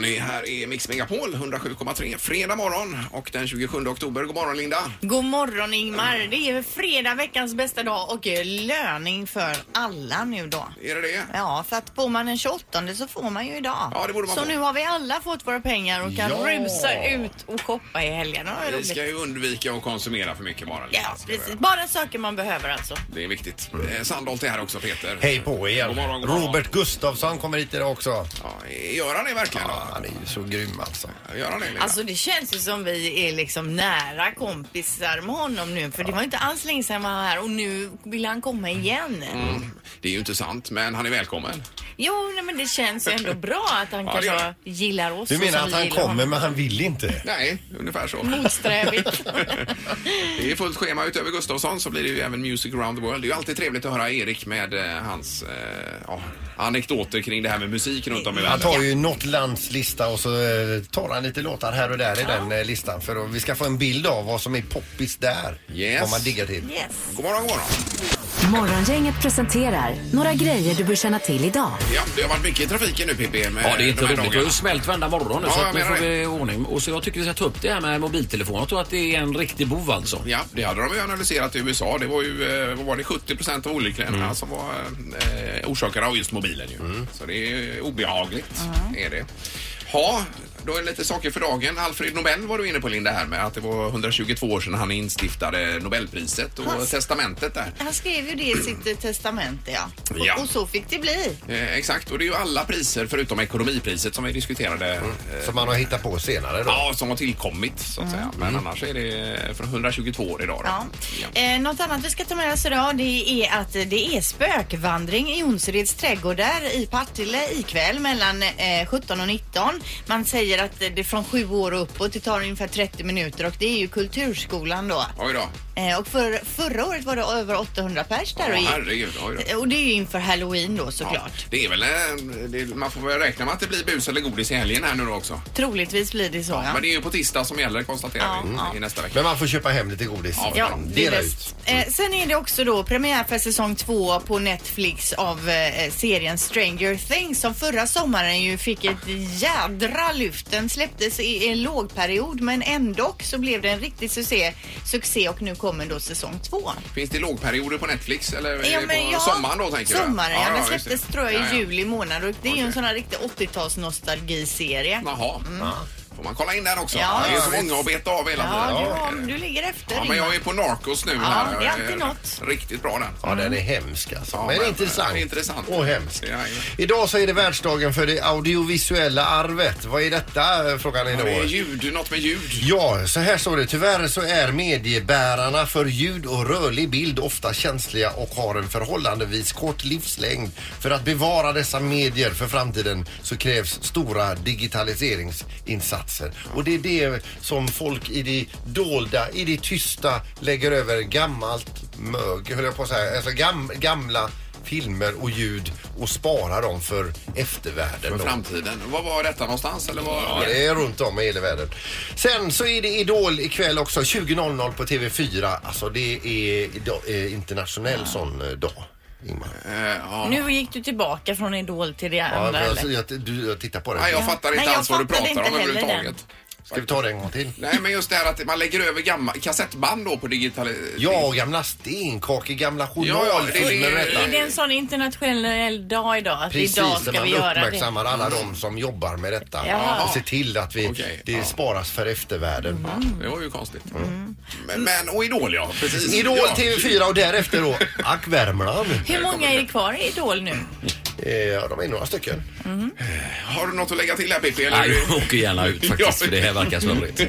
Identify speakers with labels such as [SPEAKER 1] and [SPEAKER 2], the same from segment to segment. [SPEAKER 1] Det här är Mix Megapol 107,3 fredag morgon och den 27 oktober. God morgon Linda!
[SPEAKER 2] God morgon Ingmar! Det är fredag, veckans bästa dag och eh, löning för alla nu då.
[SPEAKER 1] Är det det?
[SPEAKER 2] Ja, för att får man den 28 så får man ju idag.
[SPEAKER 1] Ja, det borde man
[SPEAKER 2] så
[SPEAKER 1] få.
[SPEAKER 2] nu har vi alla fått våra pengar och kan
[SPEAKER 1] Ja.
[SPEAKER 2] rusa ut och shoppa i helgen. Det var
[SPEAKER 1] Vi ska
[SPEAKER 2] roligt.
[SPEAKER 1] ju undvika att konsumera för mycket bara. Linda,
[SPEAKER 2] Ja,
[SPEAKER 1] ska vi
[SPEAKER 2] precis.
[SPEAKER 1] göra.
[SPEAKER 2] Bara saker man behöver alltså.
[SPEAKER 1] Det är viktigt. Eh, Sandholt är här också Peter.
[SPEAKER 3] Hej på er!
[SPEAKER 1] God morgon, god morgon.
[SPEAKER 3] Robert Gustafsson kommer hit idag också.
[SPEAKER 1] Ja, gör han det verkligen?
[SPEAKER 3] Ja,
[SPEAKER 1] då?
[SPEAKER 3] han är ju så grym alltså.
[SPEAKER 1] Gör han det Linda?
[SPEAKER 2] Alltså det känns ju som vi är liksom nära kompisar med honom nu för det var inte alls länge sedan han var här och nu vill han komma igen.
[SPEAKER 1] Mm. Det är ju inte sant, men han är välkommen.
[SPEAKER 2] Jo, nej, men det känns ju ändå bra att han
[SPEAKER 1] Ja, det gör
[SPEAKER 2] kanske
[SPEAKER 1] det.
[SPEAKER 2] gillar oss.
[SPEAKER 3] Du
[SPEAKER 2] och
[SPEAKER 3] menar
[SPEAKER 2] som
[SPEAKER 3] att
[SPEAKER 2] vi
[SPEAKER 3] han
[SPEAKER 2] gillar
[SPEAKER 3] kommer
[SPEAKER 2] honom.
[SPEAKER 3] men han vill inte?
[SPEAKER 1] Nej, ungefär så.
[SPEAKER 2] Motsträvigt.
[SPEAKER 1] Det är fullt schema utöver Gustafsson så blir det ju även Music around the world. Det är ju alltid trevligt att höra Erik med eh, hans eh, ja, anekdoter kring det här med musik runt om i
[SPEAKER 3] Han
[SPEAKER 1] världen.
[SPEAKER 3] tar ju något lands lista och så eh, tar han lite låtar här och där i den eh, listan för att vi ska få en bild av vad som är poppis där.
[SPEAKER 1] Yes.
[SPEAKER 3] Vad man diggar till.
[SPEAKER 2] yes.
[SPEAKER 1] God morgon, god morgon.
[SPEAKER 4] Morgongänget presenterar några grejer du bör känna till idag.
[SPEAKER 1] Ja, det har varit mycket i trafiken nu Pippi. med
[SPEAKER 5] Ja, det är inte
[SPEAKER 1] de
[SPEAKER 5] roligt. Det har
[SPEAKER 1] här dagarna.
[SPEAKER 5] ju smält varenda morgon nu,
[SPEAKER 1] Ja,
[SPEAKER 5] så
[SPEAKER 1] jag
[SPEAKER 5] att nu
[SPEAKER 1] menar
[SPEAKER 5] får
[SPEAKER 1] det.
[SPEAKER 5] vi ordning. Och så jag tycker vi ska ta upp det här med mobiltelefoner. Jag tror att det är en riktig bov alltså.
[SPEAKER 1] Ja, det hade de ju analyserat i USA. Det var ju eh, vad var det, 70 procent av olyckorna
[SPEAKER 5] Mm.
[SPEAKER 1] som var eh, orsakade av just mobilen. Ju. Så det är ju obehagligt. Är det. Ja, då är det lite saker för dagen. Alfred Nobel var du inne på Linda här med att det var 122 år sedan han instiftade Nobelpriset och
[SPEAKER 2] Hans.
[SPEAKER 1] testamentet där.
[SPEAKER 2] Han skrev ju det i sitt eh, testamente ja. Och,
[SPEAKER 1] Ja.
[SPEAKER 2] och så fick det bli.
[SPEAKER 1] Eh, exakt, och det är ju alla priser förutom ekonomipriset som vi diskuterade
[SPEAKER 5] Mm.
[SPEAKER 1] eh,
[SPEAKER 3] Som man har hittat på senare då.
[SPEAKER 1] Ja, som har tillkommit så att säga. Men annars är det från 122 år idag. Då.
[SPEAKER 2] Mm. Ja.
[SPEAKER 1] Ja.
[SPEAKER 2] Eh, något annat vi ska ta med oss idag det är att det är spökvandring i Jonsereds trädgårdar i Partille ikväll mellan eh, 17 och 19. Man säger att det är från 7 år och uppåt. Det tar ungefär 30 minuter och det är ju kulturskolan då.
[SPEAKER 1] Oj då.
[SPEAKER 2] Eh, och för, förra året var det över 800 pers där
[SPEAKER 1] Ja,
[SPEAKER 2] och gick.
[SPEAKER 1] herregud, oj då.
[SPEAKER 2] Eh, Och det är ju inför halloween då
[SPEAKER 1] Ja,
[SPEAKER 2] såklart.
[SPEAKER 1] det är väl, eh, det, man får väl räkna med att det blir bus eller godis i helgen här nu då också.
[SPEAKER 2] Troligtvis blir det så ja.
[SPEAKER 1] Men det är ju på tisdag som gäller konstaterar
[SPEAKER 2] Ja,
[SPEAKER 1] vi
[SPEAKER 2] ja.
[SPEAKER 1] i nästa vecka.
[SPEAKER 3] Men man får köpa hem lite godis.
[SPEAKER 1] Ja,
[SPEAKER 2] Ja, det är
[SPEAKER 3] Dela
[SPEAKER 2] bäst. Eh, sen är det också då premiär för säsong två på Netflix av eh, serien Stranger Things som förra sommaren ju fick ett jädra lyft. Den släpptes i en lågperiod men ändå så blev det en riktig succé, succé och nu kommer då säsong två.
[SPEAKER 1] Finns det lågperioder på Netflix eller är det på
[SPEAKER 2] ja,
[SPEAKER 1] sommaren då tänker du?
[SPEAKER 2] Sommaren, ja. Den
[SPEAKER 1] just det.
[SPEAKER 2] släpptes tror jag i
[SPEAKER 1] Ja, ja.
[SPEAKER 2] juli månad och det är ju
[SPEAKER 1] Okej.
[SPEAKER 2] en sån här riktig 80-tals nostalgiserie.
[SPEAKER 1] Jaha. Får man kolla in den också?
[SPEAKER 2] Mm. Ja,
[SPEAKER 1] det är så
[SPEAKER 3] ja.
[SPEAKER 1] många att beta av hela
[SPEAKER 2] Ja,
[SPEAKER 1] tiden.
[SPEAKER 2] du, har, du ligger efter.
[SPEAKER 1] Ja, men jag
[SPEAKER 2] Ingmar.
[SPEAKER 1] är på Narcos nu.
[SPEAKER 2] Ja,
[SPEAKER 1] här.
[SPEAKER 2] det är alltid något.
[SPEAKER 1] Riktigt bra den.
[SPEAKER 3] Ja, den är hemsk alltså.
[SPEAKER 1] Ja,
[SPEAKER 3] men,
[SPEAKER 1] men- eh,
[SPEAKER 3] intressant.
[SPEAKER 1] intressant.
[SPEAKER 3] Och hemsk.
[SPEAKER 1] Ja, ja.
[SPEAKER 3] Idag så är det världsdagen för det audiovisuella arvet. Vad är detta? Frågan är
[SPEAKER 1] Ja, det är
[SPEAKER 3] då.
[SPEAKER 1] ljud, något med ljud.
[SPEAKER 3] Ja, så här står det. Tyvärr så är mediebärarna för ljud och rörlig bild ofta känsliga och har en förhållandevis kort livslängd. För att bevara dessa medier för framtiden så krävs stora digitaliseringsinsatser. Och det är det som folk i det dolda, i det tysta lägger över gammalt mög, höll jag på att säga. Alltså gam, gamla filmer och ljud och sparar dem för eftervärlden. då.
[SPEAKER 1] För framtiden. Vad var detta någonstans? Eller vad?
[SPEAKER 3] Ja, det är runt om i hela världen. Sen så är det Idol ikväll också 20.00 på TV4. Alltså det är idag, eh, internationell sån eh, dag. Ingmar.
[SPEAKER 1] Eh, ja.
[SPEAKER 2] Nu gick du tillbaka från Idol till det
[SPEAKER 3] Ja,
[SPEAKER 2] andra
[SPEAKER 3] men
[SPEAKER 2] eller?
[SPEAKER 3] alltså, jag, du, jag tittar på det.
[SPEAKER 1] Nej, jag fattar inte
[SPEAKER 2] Nej, jag
[SPEAKER 1] alls vad du
[SPEAKER 2] fattade
[SPEAKER 1] pratar
[SPEAKER 2] inte
[SPEAKER 1] om
[SPEAKER 2] heller
[SPEAKER 1] överhuvudtaget.
[SPEAKER 3] Ska vi ta det en gång till?
[SPEAKER 1] Nej, men just det här att man lägger över gamla kassettband då på digital...
[SPEAKER 3] Ja, gamla stenkakor, gamla journalfilmer.
[SPEAKER 1] det-
[SPEAKER 3] detta.
[SPEAKER 2] Är det en sån internationell dag idag? Att
[SPEAKER 3] Precis,
[SPEAKER 2] idag ska
[SPEAKER 3] när man
[SPEAKER 2] vi göra det?
[SPEAKER 3] uppmärksammar alla de som jobbar med detta.
[SPEAKER 2] Jaha.
[SPEAKER 3] Och ser till att vi,
[SPEAKER 1] Okej,
[SPEAKER 3] det
[SPEAKER 1] ja. Mm.
[SPEAKER 3] sparas för eftervärlden.
[SPEAKER 1] Det var ju konstigt. Men, men, och Idol ja, precis.
[SPEAKER 3] Idol
[SPEAKER 1] ja.
[SPEAKER 3] TV4 och därefter då Ack Värmland.
[SPEAKER 2] Hur många är det kvar i Idol nu?
[SPEAKER 3] Eh, Ja, de är några stycken.
[SPEAKER 1] Har du något att lägga till här Pippi? eller?
[SPEAKER 5] Nej, jag åker gärna ut faktiskt,
[SPEAKER 1] Ja.
[SPEAKER 5] för det här verkar snurrigt.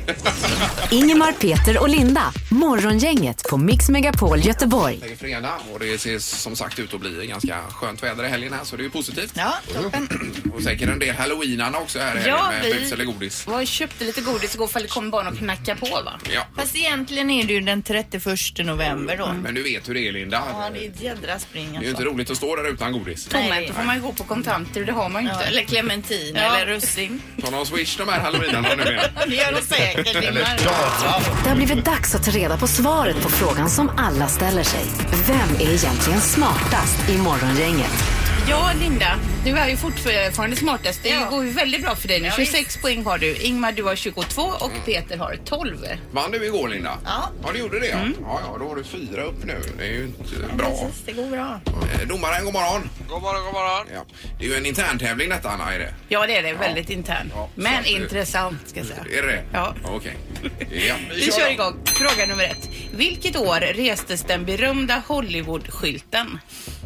[SPEAKER 4] Ingemar, Peter och Linda. Morgongänget på Mix Megapol Göteborg.
[SPEAKER 1] Det är fredag och det ser som sagt ut att bli ganska skönt väder i helgen här så det är ju positivt.
[SPEAKER 2] Ja, toppen.
[SPEAKER 1] Och säkert en del halloweenarna också här i helgen
[SPEAKER 6] Ja,
[SPEAKER 1] med
[SPEAKER 6] vi-
[SPEAKER 1] bus eller godis.
[SPEAKER 6] Jag köpte lite godis igår för det kom barn och knackade på va?
[SPEAKER 1] Ja.
[SPEAKER 2] Fast egentligen är det ju den 31 november då.
[SPEAKER 1] Men du vet hur det är Linda.
[SPEAKER 2] Ja, det är ett jädra spring
[SPEAKER 1] Mm. Det är ju inte
[SPEAKER 2] alltså.
[SPEAKER 1] roligt att stå där utan godis.
[SPEAKER 2] Nej.
[SPEAKER 6] Tomhänt, då får man ju gå på kontanter och det har man ju
[SPEAKER 2] Ja,
[SPEAKER 6] inte.
[SPEAKER 2] eller clementin
[SPEAKER 6] Ja.
[SPEAKER 2] eller russin.
[SPEAKER 1] Ta någon swish de här halloweenarna numera.
[SPEAKER 2] Det gör det säkert.
[SPEAKER 3] Eller
[SPEAKER 2] Ingmar.
[SPEAKER 3] Klara.
[SPEAKER 4] Det har blivit dags att ta reda på svaret på frågan som alla ställer sig. Vem är egentligen smartast i Morgongänget?
[SPEAKER 6] Ja, Linda, du är ju fortfarande smartast. Det
[SPEAKER 2] Ja.
[SPEAKER 6] går ju väldigt bra för dig nu.
[SPEAKER 2] Ja,
[SPEAKER 6] 26 poäng har du. Ingmar, du har 22 och
[SPEAKER 1] Mm.
[SPEAKER 6] Peter har 12.
[SPEAKER 1] Vann du igår Linda?
[SPEAKER 2] Ja.
[SPEAKER 1] Ja, du gjorde det.
[SPEAKER 6] Mm.
[SPEAKER 1] Ja, ja, då har du fyra upp nu. Det är ju inte bra.
[SPEAKER 2] Precis, det går bra.
[SPEAKER 1] Eh, Domaren, god morgon.
[SPEAKER 7] God morgon, god morgon.
[SPEAKER 1] Ja. Det är ju en intern tävling detta Anna, är det?
[SPEAKER 6] Ja, det är det. Väldigt intern.
[SPEAKER 1] Ja, så
[SPEAKER 6] Men
[SPEAKER 1] att det-
[SPEAKER 6] intressant, ska jag säga.
[SPEAKER 1] Är det
[SPEAKER 6] Ja.
[SPEAKER 1] Okej. Ja,
[SPEAKER 6] Vi kör
[SPEAKER 1] då.
[SPEAKER 6] igång. Fråga nummer ett. Vilket år restes den berömda Hollywood-skylten?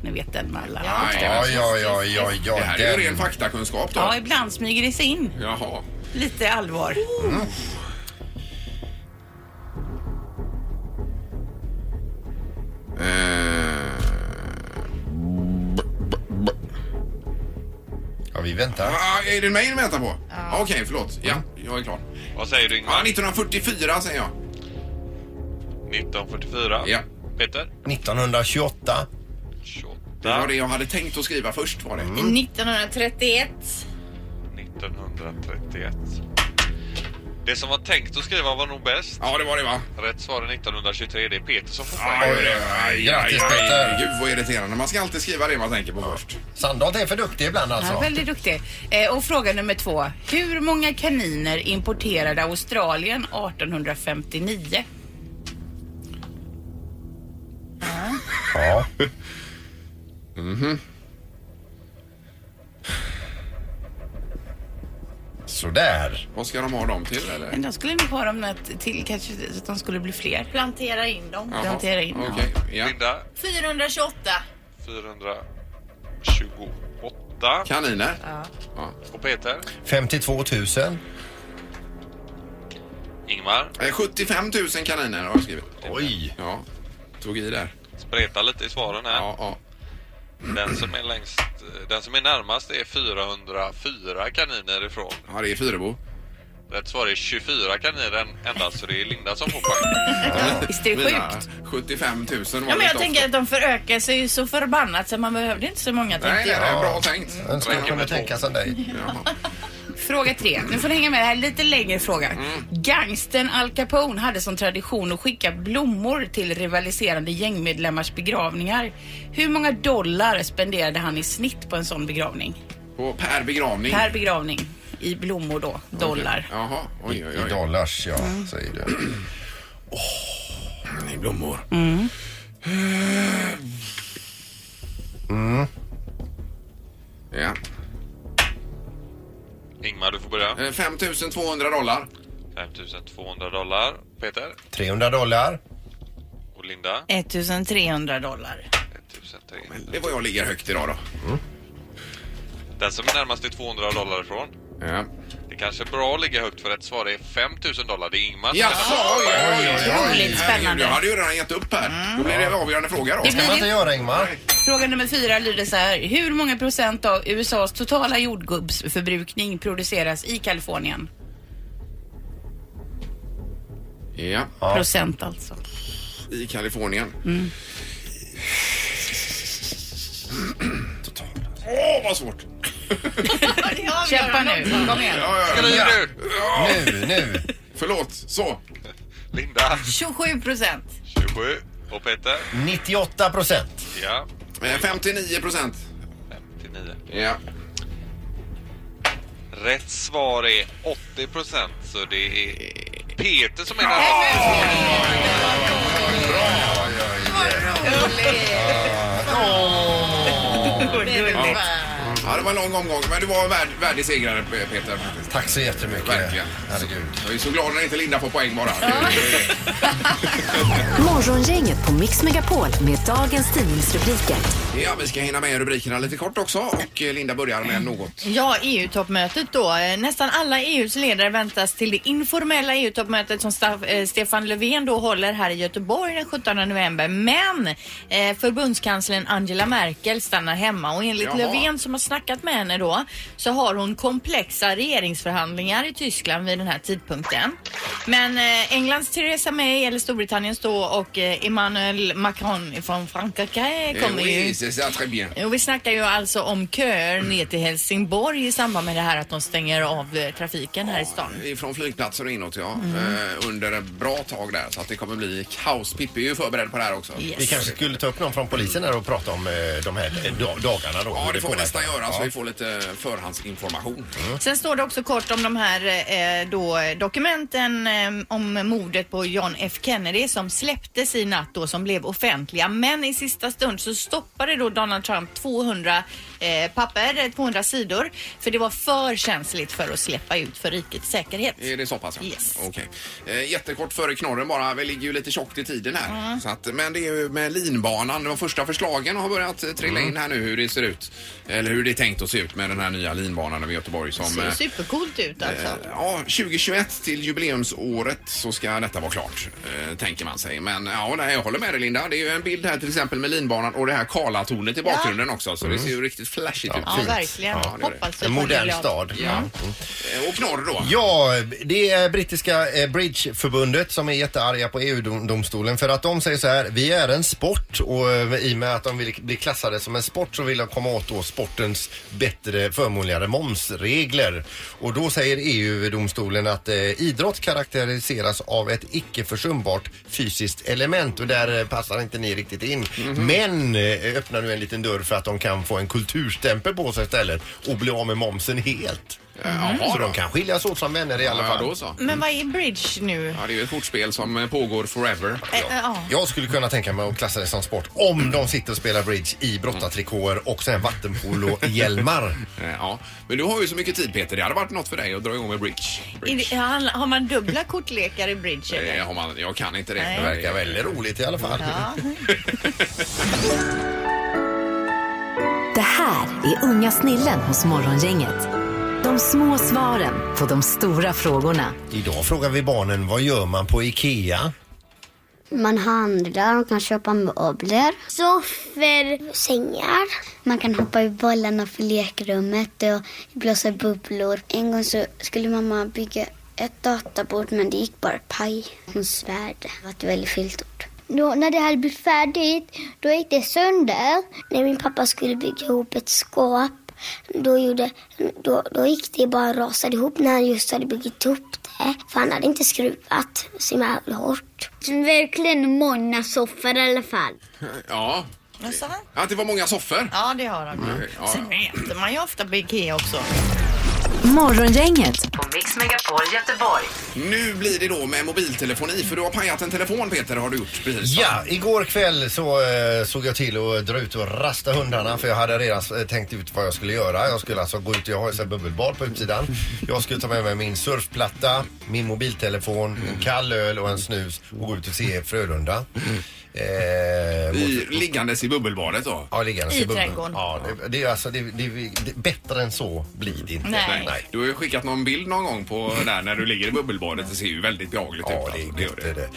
[SPEAKER 6] Ni vet den med alla.
[SPEAKER 1] Ja,
[SPEAKER 3] Ja, ja, ja, ja, ja.
[SPEAKER 1] Det här är ju ren
[SPEAKER 3] den.
[SPEAKER 1] faktakunskap då.
[SPEAKER 6] Ja, ibland smyger det sig in
[SPEAKER 1] Jaha.
[SPEAKER 6] lite allvar.
[SPEAKER 1] Mm. Eh,
[SPEAKER 3] Ja, vi väntar.
[SPEAKER 1] ah, är det mig ni väntar på? Ah, Okej, förlåt. Ja, jag är klar.
[SPEAKER 7] Vad säger du
[SPEAKER 1] Ja,
[SPEAKER 7] Ingmar?
[SPEAKER 1] 1944 säger jag.
[SPEAKER 7] 1944.
[SPEAKER 1] Ja.
[SPEAKER 7] Peter?
[SPEAKER 3] 1928.
[SPEAKER 7] 28.
[SPEAKER 1] Det var det jag hade tänkt att skriva först var det.
[SPEAKER 7] Mm.
[SPEAKER 2] Mm. 1931.
[SPEAKER 7] 1931. Det som var tänkt att skriva var nog bäst.
[SPEAKER 1] Ja, det var det va?
[SPEAKER 7] Rätt svar är 1923. Det är Peter som får
[SPEAKER 1] Ja, det
[SPEAKER 7] poäng.
[SPEAKER 1] var det. Aj,
[SPEAKER 3] Grattis,
[SPEAKER 1] aj, aj.
[SPEAKER 3] Peter.
[SPEAKER 1] Gud vad irriterande. Man ska alltid skriva det man tänker på först.
[SPEAKER 3] Sandholt är för duktig ibland
[SPEAKER 6] Ja,
[SPEAKER 3] alltså.
[SPEAKER 6] väldigt duktig. Eh, och fråga nummer två. Hur många kaniner importerade Australien 1859?
[SPEAKER 3] Ja. Sådär.
[SPEAKER 1] Vad ska de ha dem till eller?
[SPEAKER 6] Men de skulle nog ha dem något till kanske så att de skulle bli fler.
[SPEAKER 2] Plantera in dem.
[SPEAKER 1] Jaha.
[SPEAKER 6] Plantera in dem.
[SPEAKER 1] Okej, ja.
[SPEAKER 7] Linda?
[SPEAKER 2] 428.
[SPEAKER 7] 428.
[SPEAKER 1] Kaniner?
[SPEAKER 7] Och Peter?
[SPEAKER 3] 52 000.
[SPEAKER 7] Ingmar?
[SPEAKER 1] Eh, 75 000 kaniner har jag skrivit.
[SPEAKER 3] Oj.
[SPEAKER 1] Ja, tog i där.
[SPEAKER 7] Spreta lite i svaren här.
[SPEAKER 1] Ja, ja.
[SPEAKER 7] Den, som är längst, eh, den som är närmast är 404 kaniner ifrån.
[SPEAKER 1] ja det är Fyrebo.
[SPEAKER 7] Rätt svar är 24 kaniner endast, så det är Linda som får poäng.
[SPEAKER 6] Visst är det
[SPEAKER 1] Mina
[SPEAKER 6] sjukt?
[SPEAKER 1] 75 000 var
[SPEAKER 2] Ja, men
[SPEAKER 1] lite
[SPEAKER 2] jag
[SPEAKER 1] off.
[SPEAKER 2] tänker att de förökar sig ju så förbannat så man behövde inte så många
[SPEAKER 1] Nej,
[SPEAKER 2] tänkte
[SPEAKER 1] nej,
[SPEAKER 2] jag.
[SPEAKER 1] det är bra tänkt.
[SPEAKER 3] Den skulle
[SPEAKER 7] Räcker
[SPEAKER 3] kunna
[SPEAKER 7] med två.
[SPEAKER 3] tänka som dig.
[SPEAKER 1] Jaha.
[SPEAKER 6] Fråga tre. Nu får ni hänga med. Det här är lite längre fråga.
[SPEAKER 1] Mm.
[SPEAKER 6] Gangsten Al Capone hade som tradition att skicka blommor till rivaliserande gängmedlemmars begravningar. Hur många dollar spenderade han i snitt på en sån begravning?
[SPEAKER 1] På per begravning.
[SPEAKER 6] Per begravning. I blommor då. Dollar.
[SPEAKER 1] Jaha, oj, oj,
[SPEAKER 3] I
[SPEAKER 1] oj.
[SPEAKER 3] dollars, ja, säger du.
[SPEAKER 1] I blommor.
[SPEAKER 2] Mm.
[SPEAKER 1] Eh. Ja.
[SPEAKER 7] Ingmar, du får börja.
[SPEAKER 1] Eh, 5 200 dollar.
[SPEAKER 7] 5200 dollar. Peter
[SPEAKER 3] 300 dollar.
[SPEAKER 7] och Linda
[SPEAKER 2] 1300 dollar.
[SPEAKER 7] 1300.
[SPEAKER 1] Det var jag ligger högt idag då.
[SPEAKER 7] Den som är närmast är 200 dollar ifrån.
[SPEAKER 1] Ja.
[SPEAKER 7] Det kanske är bra att ligga högt för rätt svar är 5000 dollar. Det är Ingmar som
[SPEAKER 1] Jaså,
[SPEAKER 7] är
[SPEAKER 1] oj, oj, Mm. oj,
[SPEAKER 6] Otroligt
[SPEAKER 1] Herregud,
[SPEAKER 6] spännande.
[SPEAKER 1] Jag hade ju redan gett upp här. Då blir det en avgörande fråga då.
[SPEAKER 6] Det
[SPEAKER 3] Ska man inte göra Ingmar?
[SPEAKER 6] Fråga nummer fyra lyder så här. Hur många procent av USAs totala jordgubbsförbrukning produceras i Kalifornien?
[SPEAKER 1] Ja,
[SPEAKER 6] Procent alltså.
[SPEAKER 1] i Kalifornien.
[SPEAKER 6] Mm.
[SPEAKER 1] Totalt. Åh, vad svårt!
[SPEAKER 6] Kämpa nu. Kom igen.
[SPEAKER 1] Ja, ja,
[SPEAKER 7] närmast.
[SPEAKER 1] ja.
[SPEAKER 7] Skriv
[SPEAKER 3] Nu,
[SPEAKER 7] nu!
[SPEAKER 3] nu.
[SPEAKER 1] Förlåt, så.
[SPEAKER 7] Linda
[SPEAKER 2] 27 procent.
[SPEAKER 7] 27 och Peter
[SPEAKER 3] 98 procent.
[SPEAKER 7] ja,
[SPEAKER 1] Eh, 59 procent.
[SPEAKER 7] 59.
[SPEAKER 1] Ja.
[SPEAKER 7] Rätt svar är 80 procent så det är Peter som är närmast.
[SPEAKER 1] ja, det var en lång omgång, men du var värd, värdig segrare Pe- Peter. faktiskt.
[SPEAKER 3] Tack så jättemycket.
[SPEAKER 1] Verkligen.
[SPEAKER 3] Herregud.
[SPEAKER 1] Jag är så glad när inte Linda får poäng bara. Eh,
[SPEAKER 4] Morgongänget på Mix Megapol med dagens tidningsrubriker.
[SPEAKER 1] Ja, vi ska hinna med rubrikerna lite kort också och eh, Linda börjar med något.
[SPEAKER 2] Ja, EU-toppmötet då. Eh, Nästan alla EUs ledare väntas till det informella EU-toppmötet som Staff- eh, Stefan Löfven då håller här i Göteborg den 17 november. Men eh, förbundskanslern Angela Merkel stannar hemma och enligt
[SPEAKER 1] Jaha.
[SPEAKER 2] Löfven som har snackat snackat med henne då så har hon komplexa regeringsförhandlingar i Tyskland vid den här tidpunkten. Men eh, Englands Theresa May eller Storbritanniens då och eh, Emmanuel Macron från Frankrike kommer ju
[SPEAKER 1] Oui, c'est ça, très bien.
[SPEAKER 2] Jo, vi snackar ju alltså om köer ner till Helsingborg i samband med det här att de stänger av eh, trafiken här i stan.
[SPEAKER 1] Från flygplatser och inåt ja. Eh, under ett bra tag där så att det kommer bli kaos. Pippi är ju förberedd på det här också.
[SPEAKER 3] Vi kanske skulle ta upp någon från polisen här och prata om eh, de här eh, da- dagarna då.
[SPEAKER 1] Ja,
[SPEAKER 3] hur
[SPEAKER 1] det får vi
[SPEAKER 3] påverkar.
[SPEAKER 1] nästan göra så
[SPEAKER 3] Ja.
[SPEAKER 1] vi får lite förhandsinformation.
[SPEAKER 2] Sen står det också kort om de här eh, då, dokumenten eh, om mordet på John F Kennedy som släpptes i natt då som blev offentliga. Men i sista stund så stoppade då Donald Trump 200 eh, papper, eh, 200 sidor. För det var för känsligt för att släppa ut för rikets säkerhet.
[SPEAKER 1] Är det så pass? ja?
[SPEAKER 2] Yes.
[SPEAKER 1] Okej. Eh, jättekort före knorren bara. Vi ligger ju lite tjockt i tiden här. Så att, men det är ju med linbanan. De första förslagen har börjat eh, trilla in här nu hur det ser ut. Eller hur det är tänkt att se ut med den här nya linbanan över Göteborg. Som,
[SPEAKER 2] Det ser
[SPEAKER 1] eh,
[SPEAKER 2] supercoolt ut alltså.
[SPEAKER 1] Eh, Ja, 2021 till jubileumsåret så ska detta vara klart, eh, tänker man sig. Men ja, nej, jag håller med dig Linda. Det är ju en bild här till exempel med linbanan och det här Karlatornet i bakgrunden också. Så det ser ju riktigt flashigt ut.
[SPEAKER 2] Mm. Ja,
[SPEAKER 1] Fint.
[SPEAKER 2] verkligen.
[SPEAKER 1] Ja, det gör det.
[SPEAKER 2] Hoppas vi
[SPEAKER 3] En
[SPEAKER 2] får
[SPEAKER 3] modern
[SPEAKER 2] del av-
[SPEAKER 3] stad.
[SPEAKER 1] Ja. Eh, Och knorr då.
[SPEAKER 3] Ja, det är brittiska eh, bridgeförbundet som är jättearga på EU-domstolen för att de säger så här, vi är en sport och eh, i och med att de vill bli klassade som en sport så vill de komma åt då sportens bättre, förmånligare momsregler. Och då säger EU-domstolen att eh, idrott karaktäriseras av ett icke försumbart fysiskt element och där eh, passar inte ni riktigt in. Men eh, öppnar nu en liten dörr för att de kan få en kulturstämpel på sig istället och bli av med momsen helt.
[SPEAKER 1] Eh,
[SPEAKER 2] Mm.
[SPEAKER 3] Så de kan skiljas åt som vänner i alla
[SPEAKER 1] Ja,
[SPEAKER 3] fall.
[SPEAKER 1] då så.
[SPEAKER 2] Men vad är bridge nu?
[SPEAKER 1] Ja, det är ju ett kortspel som eh, pågår forever.
[SPEAKER 2] Eh, eh, Ja.
[SPEAKER 3] Jag skulle kunna tänka mig att klassa det som sport om de sitter och spelar bridge i brottartrikåer och sen vattenpolo-hjälmar.
[SPEAKER 1] Eh, Ja. Men du har ju så mycket tid Peter. Det hade varit något för dig att dra igång med bridge.
[SPEAKER 2] Är det-
[SPEAKER 1] bridge.
[SPEAKER 2] handla- Har man dubbla kortlekar i bridge? eller?
[SPEAKER 1] Eh, har man, jag kan inte det.
[SPEAKER 2] Nej.
[SPEAKER 1] Det
[SPEAKER 3] Det verkar väldigt roligt i alla fall.
[SPEAKER 4] Det här är unga snillen hos Morgongänget. De små svaren på de stora frågorna.
[SPEAKER 3] Idag frågar vi barnen vad gör man på IKEA?
[SPEAKER 8] Man handlar, man kan köpa möbler. Soffor. Sängar. Man kan hoppa i bollarna för lekrummet och blåsa bubblor. En gång så skulle mamma bygga ett databord men det gick bara paj. Hon svärde. Det var ett väldigt fult ord. Då, när det hade blivit färdigt, då gick det sönder. När min pappa skulle bygga ihop ett skåp, då, gjorde, då, då gick det bara rasade ihop när han just hade byggt ihop det. För han hade inte skruvat så jävla hårt. Verkligen många soffor i alla fall.
[SPEAKER 1] Ja.
[SPEAKER 2] Jaså?
[SPEAKER 1] ja, att det var många soffor.
[SPEAKER 2] Ja, det har de. Mm.
[SPEAKER 1] Ja.
[SPEAKER 2] Sen äter man ju ofta på Ikea också.
[SPEAKER 4] Morgongänget på Mix Megapol Göteborg.
[SPEAKER 1] Nu blir det då med mobiltelefoni för du har pajat en telefon Peter har du gjort precis. va?
[SPEAKER 3] Ja, igår kväll så eh, såg jag till att dra ut och rasta hundarna för jag hade redan eh, tänkt ut vad jag skulle göra. Jag skulle alltså gå ut, jag har ju så här bubbelbad på utsidan. Jag skulle ta med mig min surfplatta, min mobiltelefon,
[SPEAKER 2] Mm.
[SPEAKER 3] en kall öl och en snus och gå ut och se Frölunda. Eh, mot-
[SPEAKER 1] I, liggandes i bubbelbadet då.
[SPEAKER 3] Ja, liggandes
[SPEAKER 2] I
[SPEAKER 3] bubblan.
[SPEAKER 2] trädgården.
[SPEAKER 3] Ja, det, det, är alltså, det, det, det, bättre än så blir det inte.
[SPEAKER 2] Nej.
[SPEAKER 1] Du har ju skickat någon bild någon gång på där när du ligger i bubbelbadet. Det ser ju väldigt behagligt ut.
[SPEAKER 3] Ja, det
[SPEAKER 1] alltså.
[SPEAKER 3] är
[SPEAKER 1] Det gör
[SPEAKER 3] gött det. det.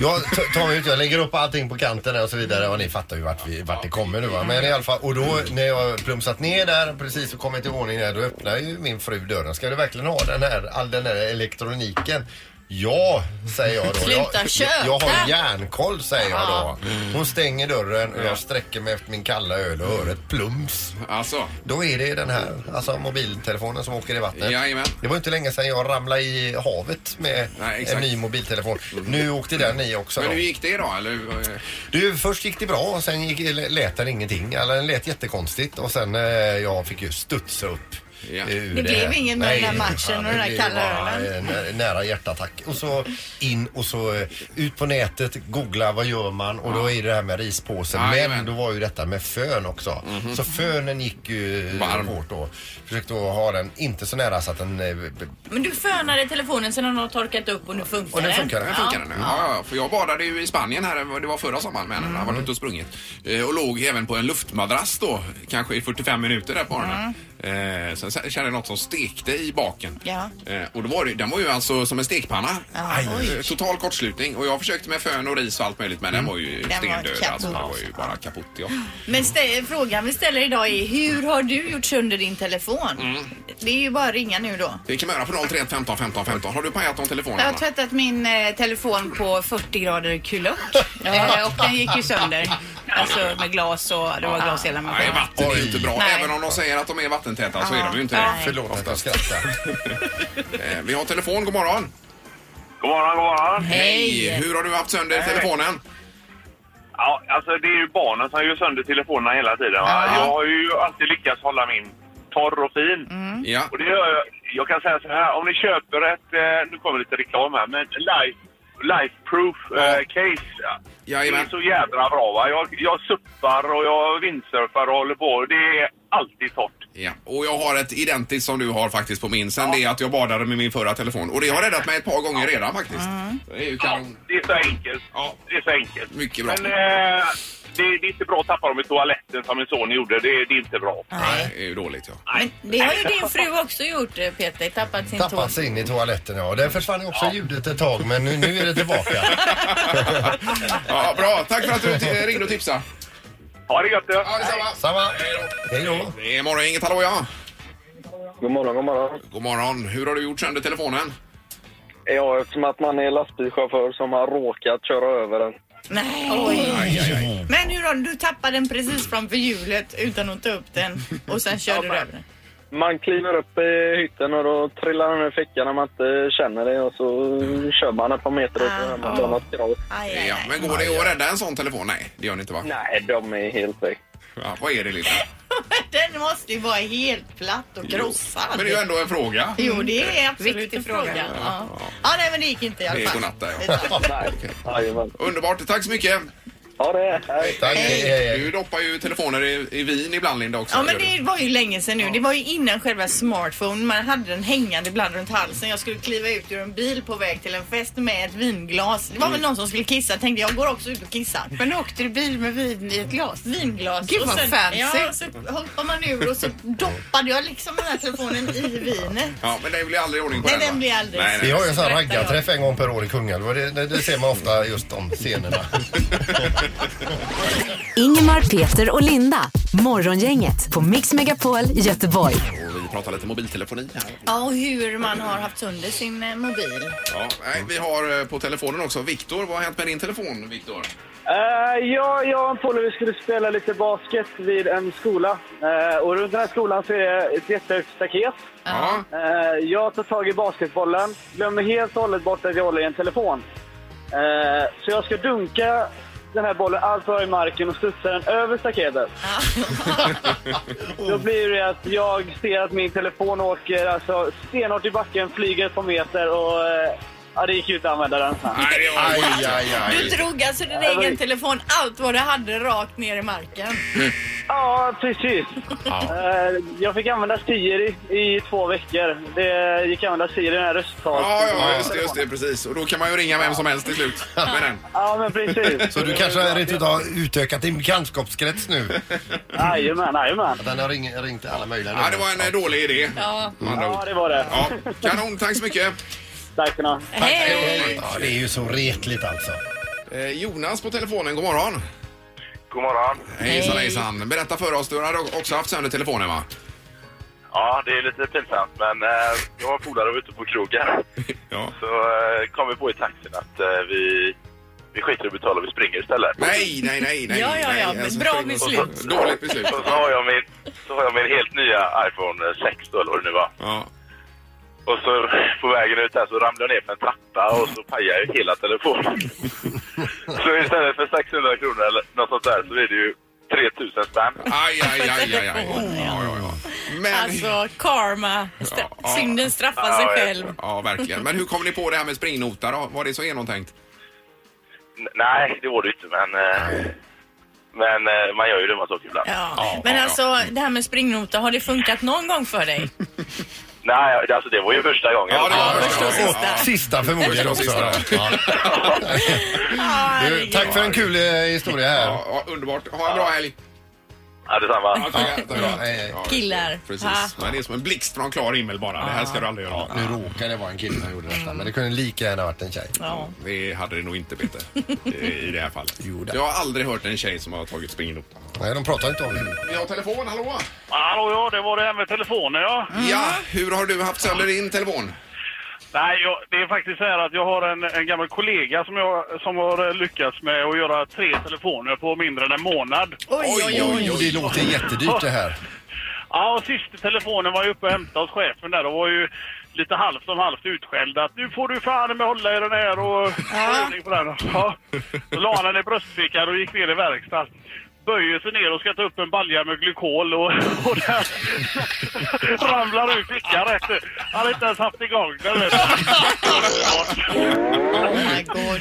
[SPEAKER 3] Jag t- tar mig ut, jag lägger upp allting på kanten där och så vidare. Och ni fattar ju vart, vi, vart det kommer nu va. Men i alla fall, och då när jag plumsat ner där precis och kommit till ordning där, då öppnar ju min fru dörren. Ska du verkligen ha den här, all den här elektroniken? Ja, säger jag då.
[SPEAKER 2] Sluta
[SPEAKER 3] jag,
[SPEAKER 2] köpa.
[SPEAKER 3] jag har järnkoll säger jag då. Hon stänger dörren och jag sträcker mig efter min kalla öl och hör ett plums.
[SPEAKER 1] Alltså,
[SPEAKER 3] Då är det den här, alltså mobiltelefonen som åker i vattnet.
[SPEAKER 1] Jajamän.
[SPEAKER 3] Det var inte länge sedan jag ramlade i havet med
[SPEAKER 1] Nej, exakt. Mm.
[SPEAKER 3] en ny mobiltelefon. Nu åkte den i också.
[SPEAKER 1] men
[SPEAKER 3] Då.
[SPEAKER 1] hur gick det då? Eller, eh,
[SPEAKER 3] Du, först gick det bra och sen gick, lät den ingenting. Eller den lät jättekonstigt och sen eh, jag fick ju studsa upp.
[SPEAKER 1] Ja.
[SPEAKER 3] eh, ur
[SPEAKER 2] Det blev ingen med den där matchen och den där
[SPEAKER 3] det
[SPEAKER 2] kalla
[SPEAKER 3] var,
[SPEAKER 2] ölen.
[SPEAKER 3] eh, nä- Nära hjärtattack. Och så in och så eh, ut på nätet, googla vad gör man och då är det det här med rispåsen.
[SPEAKER 1] Jajamän. Mhm.
[SPEAKER 3] Men då var ju detta med fön också. Så fönen gick ju eh,
[SPEAKER 1] Varm.
[SPEAKER 3] hårt då. Försökte att ha den inte så nära så att den... eh, b- b-
[SPEAKER 2] Men du fönade telefonen sen har de torkat upp och nu funkar
[SPEAKER 3] Och nu funkar
[SPEAKER 1] den
[SPEAKER 3] den.
[SPEAKER 1] funkar den nu? Ja, ja, för jag badade ju i Spanien här, det var förra sommaren med henne. Jag har
[SPEAKER 2] Mm.
[SPEAKER 1] varit ute och sprungit. Eh, Och låg även på en luftmadrass då, kanske i 45 minuter där på morgonen. Eh, Sen jag kände något som stekte i baken.
[SPEAKER 2] Mm. Ja.
[SPEAKER 1] Eh, och då var det, den var ju alltså som en stekpanna.
[SPEAKER 2] Ja, oj. Mm.
[SPEAKER 1] Eh, Total kortslutning. Och jag försökte med fön och ris och allt möjligt men den var ju
[SPEAKER 2] Den var
[SPEAKER 1] stendöd.
[SPEAKER 2] kaputt.
[SPEAKER 1] Alltså, den var ju bara kaputt. Ja.
[SPEAKER 2] Men stä- frågan vi ställer idag är hur har du gjort sönder din telefon? Det är ju bara att ringa nu då.
[SPEAKER 1] Det kan man göra på 031 15 15 15. Har du pajat någon telefon?
[SPEAKER 6] Jag har
[SPEAKER 1] Anna?
[SPEAKER 6] tvättat min eh, telefon på 40 grader kulört. Eh, och den gick ju sönder. Alltså med glas och det var glas i hela
[SPEAKER 1] Nej,
[SPEAKER 6] maskinen.
[SPEAKER 1] vatten är ju inte bra.
[SPEAKER 6] Nej.
[SPEAKER 1] Även om de säger att de är vattentäta så är de ju inte
[SPEAKER 2] Ja.
[SPEAKER 1] det.
[SPEAKER 3] Förlåt att jag skrattar.
[SPEAKER 1] Eh, Vi har telefon, god morgon.
[SPEAKER 9] God morgon, god morgon.
[SPEAKER 1] Hej! Hur har du haft sönder telefonen?
[SPEAKER 9] Ja, alltså det är ju barnen som gör sönder telefonerna hela tiden. va?
[SPEAKER 1] Ja.
[SPEAKER 9] Jag har ju alltid lyckats hålla min torr och fin.
[SPEAKER 1] Ja.
[SPEAKER 9] Och det gör jag. Jag kan säga så här, om ni köper ett, eh, nu kommer lite reklam här, men life, life proof eh, case. ja. det
[SPEAKER 1] Jajamän.
[SPEAKER 9] är så jädra bra va. Jag, jag suppar och jag vindsurfar och håller på. Det är alltid torrt.
[SPEAKER 1] Ja. Och jag har ett identiskt som du har faktiskt på min sen det är att jag badade med min förra telefon. Och det har räddat mig ett par gånger redan faktiskt. Det är ju
[SPEAKER 9] Ja,
[SPEAKER 1] kanon.
[SPEAKER 9] det är så enkelt.
[SPEAKER 1] Ja.
[SPEAKER 9] Det är så enkelt.
[SPEAKER 1] Mycket bra.
[SPEAKER 9] Men eh, det, det är inte bra att tappa dem i toaletten som min son gjorde. Det, det är inte bra.
[SPEAKER 1] Nej, det är ju dåligt ja.
[SPEAKER 2] Men det har ju din fru också gjort eh, Peter, tappat sin tå.
[SPEAKER 3] Tappat sig in i toaletten ja. Där försvann ju också ljudet ett tag men nu, nu är det tillbaka.
[SPEAKER 1] ja. Bra, tack för att du t- ringde och tipsade.
[SPEAKER 9] Ha det gött! du.
[SPEAKER 1] Ja, detsamma.
[SPEAKER 3] Samma. Hej då.
[SPEAKER 1] Det är Morgongänget, hallå ja.
[SPEAKER 10] God morgon, god morgon.
[SPEAKER 1] God morgon. Hur har du gjort sönder telefonen?
[SPEAKER 10] Ja, eftersom att man är lastbilschaufför som har råkat köra över en.
[SPEAKER 2] Nej.
[SPEAKER 1] Aj, aj, aj.
[SPEAKER 2] Men hur har du tappat den precis framför hjulet utan att ta upp den och sen körde du över den?
[SPEAKER 10] Man kliver upp i hytten och då trillar den ur fickan när man inte känner det och så kör man ett par meter
[SPEAKER 2] Ah.
[SPEAKER 10] och så hör man ett annat skrall.
[SPEAKER 2] Aj, aj,
[SPEAKER 1] Ja,
[SPEAKER 2] aj.
[SPEAKER 1] men går det att rädda en sån telefon? Nej, det gör ni inte va?
[SPEAKER 10] Nej, de är helt väck.
[SPEAKER 1] Ja, vad är det Linda?
[SPEAKER 2] Den måste ju vara helt platt och krossad.
[SPEAKER 1] Men det är ju ändå en fråga.
[SPEAKER 2] Jo, det är absolut
[SPEAKER 6] Viktig
[SPEAKER 2] en fråga.
[SPEAKER 6] fråga.
[SPEAKER 2] Ja. ja, nej men det gick inte i alla
[SPEAKER 1] Det är
[SPEAKER 2] fall.
[SPEAKER 1] godnatt där, ja.
[SPEAKER 2] Det tack.
[SPEAKER 10] Nej, jajamän.
[SPEAKER 1] Underbart, tack så mycket.
[SPEAKER 10] Ha det, hej.
[SPEAKER 3] Tack. Hej. Hej. hej.
[SPEAKER 1] Du doppar ju telefoner i, i vin ibland Linda också.
[SPEAKER 2] Ja men
[SPEAKER 1] gör du?
[SPEAKER 2] det var ju länge sedan nu. Det var ju innan själva smartphone. Man hade den hängande ibland runt halsen. Jag skulle kliva ut ur en bil på väg till en fest med ett vinglas. Det var väl någon som skulle kissa. Tänkte jag går också ut och kissar.
[SPEAKER 6] Mm. Men åkte du bil med vin i ett glas?
[SPEAKER 2] Vinglas.
[SPEAKER 6] Gud,
[SPEAKER 2] och
[SPEAKER 6] vad
[SPEAKER 2] sen,
[SPEAKER 6] fancy.
[SPEAKER 2] Ja, så hoppar man ur och så doppade jag liksom den här telefonen i vinet.
[SPEAKER 1] Ja, men det blir aldrig ordning på
[SPEAKER 2] Nej,
[SPEAKER 1] va?
[SPEAKER 2] den blir aldrig.
[SPEAKER 1] Nej,
[SPEAKER 3] Vi
[SPEAKER 1] nej.
[SPEAKER 3] har ju en sån här raggarträff en gång per år i Kungälv och det, det, det ser man ofta just de scenerna.
[SPEAKER 4] Ingemar, Peter och Linda. Morgongänget på Mix Megapol Göteborg.
[SPEAKER 1] Och vi pratar lite mobiltelefoni här.
[SPEAKER 2] Ja, och hur man har haft under sin eh, mobil.
[SPEAKER 1] Ja, nej, vi har eh, på telefonen också Viktor. Vad har hänt med din telefon, Viktor?
[SPEAKER 10] Eh, ja, jag och en polare skulle spela lite basket vid en skola. Eh, och runt den här skolan så är det ett jättehögt staket.
[SPEAKER 1] Ja.
[SPEAKER 10] Eh, jag tar tag i basketbollen, glömmer helt och hållet bort att jag håller i en telefon. Eh, så jag ska dunka den här bollen allt vad jag har i marken och studsa den över staketet. Då blir det att jag ser att min telefon åker alltså, stenhårt i backen, flyger ett par meter och eh, ja, det gick ju inte att använda den. sen.
[SPEAKER 1] Nej, det var...
[SPEAKER 3] Aj, aj,
[SPEAKER 2] Du
[SPEAKER 3] aj.
[SPEAKER 2] drog alltså din egen telefon, allt vad du hade, rakt ner i marken.
[SPEAKER 10] Ja, precis.
[SPEAKER 3] Ja.
[SPEAKER 10] Eh, Jag fick använda Siri i två veckor. Det gick att använda Siri, den här rösttal.
[SPEAKER 1] Ja, ja, just det, just det, precis. Och då kan man ju ringa vem som helst till slut med den.
[SPEAKER 10] Ja, men precis.
[SPEAKER 3] Så du kanske har rent utav utökat din bekantskapskrets nu?
[SPEAKER 10] Jajamän, jajamän.
[SPEAKER 3] Den har ring, ringt alla möjliga
[SPEAKER 1] Ja, det var en eh, dålig idé. Ja.
[SPEAKER 10] Ja, det var det.
[SPEAKER 1] ja. Kanon, tack så mycket.
[SPEAKER 10] Tack ska ni ha.
[SPEAKER 3] Hej! Ja, det är ju så retligt alltså.
[SPEAKER 1] Eh, Jonas på telefonen, god morgon.
[SPEAKER 9] God morgon.
[SPEAKER 1] Hejsan, hejsan. Berätta för oss, du har också haft sönder telefonen va?
[SPEAKER 9] Ja, det är lite pinsamt, men eh, jag och polare var ute på krogen.
[SPEAKER 1] Ja.
[SPEAKER 9] Så eh, kom vi på i taxin att eh, vi, vi skiter i att betala, vi springer istället.
[SPEAKER 1] Nej, nej, nej, nej.
[SPEAKER 2] Ja, ja,
[SPEAKER 1] nej,
[SPEAKER 2] ja, bra
[SPEAKER 1] spring-
[SPEAKER 2] beslut.
[SPEAKER 1] Dåligt beslut.
[SPEAKER 9] Så, så, har jag min, så har jag min helt nya iPhone 6 då, eller vad det nu var.
[SPEAKER 1] Ja.
[SPEAKER 9] Och så på vägen ut där så ramlade jag ner för en trappa och så pajade jag hela telefonen. så istället för 600 kronor eller något sånt där så är det ju 3000 spänn.
[SPEAKER 1] Aj, aj, aj, aj, aj. Ja, ja, ja. Men,
[SPEAKER 2] Alltså, karma. Stra-
[SPEAKER 1] Ja.
[SPEAKER 2] Synden straffar sig
[SPEAKER 9] Ja, ja.
[SPEAKER 2] själv.
[SPEAKER 1] Ja, verkligen. Men hur kom ni på det här med springnota då? Var det så genomtänkt?
[SPEAKER 9] N- Nej, det var det inte, men... eh, Men eh, man gör ju dumma saker ibland.
[SPEAKER 2] Ja.
[SPEAKER 1] Ja,
[SPEAKER 2] Men
[SPEAKER 1] ja,
[SPEAKER 2] alltså, det här med springnota, har det funkat någon gång för dig?
[SPEAKER 9] Nej, alltså det var ju första gången.
[SPEAKER 1] Ja, det var
[SPEAKER 2] första och sista.
[SPEAKER 1] Ja,
[SPEAKER 3] Sista förmodligen också.
[SPEAKER 1] Första och
[SPEAKER 3] Ja. Du, tack för en kul eh, historia här.
[SPEAKER 1] ja, ja, underbart. Ha en bra helg.
[SPEAKER 11] Ja, detsamma.
[SPEAKER 1] Ja, tackar, tackar.
[SPEAKER 3] Ja, hej, hej.
[SPEAKER 1] Ja,
[SPEAKER 2] Killar.
[SPEAKER 1] Precis.
[SPEAKER 2] Ah.
[SPEAKER 1] Men det är som en blixt från klar himmel bara. Det här ska du aldrig göra.
[SPEAKER 3] Nu råkade det vara en kille som gjorde detta, men det kunde lika gärna varit en tjej.
[SPEAKER 2] Ja.
[SPEAKER 1] Det hade det nog inte Peter i i det här fallet.
[SPEAKER 3] Jo då.
[SPEAKER 1] Jag har aldrig hört en tjej som har tagit springnotan.
[SPEAKER 3] Nej, de pratar inte om det.
[SPEAKER 1] Vi har telefon, hallå?
[SPEAKER 11] Hallå, ja, det var det här med telefonen, ja.
[SPEAKER 1] Ja, hur har du haft sönder din telefon?
[SPEAKER 11] Nej, jag, det är faktiskt så här att jag har en, en gammal kollega som, jag, som har eh, lyckats med att göra tre telefoner på mindre än en månad.
[SPEAKER 2] Oj, oj, oj.
[SPEAKER 3] Jo, det låter jättedyrt det här.
[SPEAKER 11] Ja, och sista telefonen var ju uppe och hämtade hos chefen där och var ju lite halvt om halvt utskälld att nu får du fan med hålla i den här och
[SPEAKER 2] Ja.
[SPEAKER 11] övning på den. Ja. Då la han den i bröstfickan och gick ner i verkstaden. Böjer sig ner och ska ta upp en balja med glykol och, och den ramlar ur fickan rätt ut. Han har inte ens haft igång den. vet du.
[SPEAKER 2] Oh my god.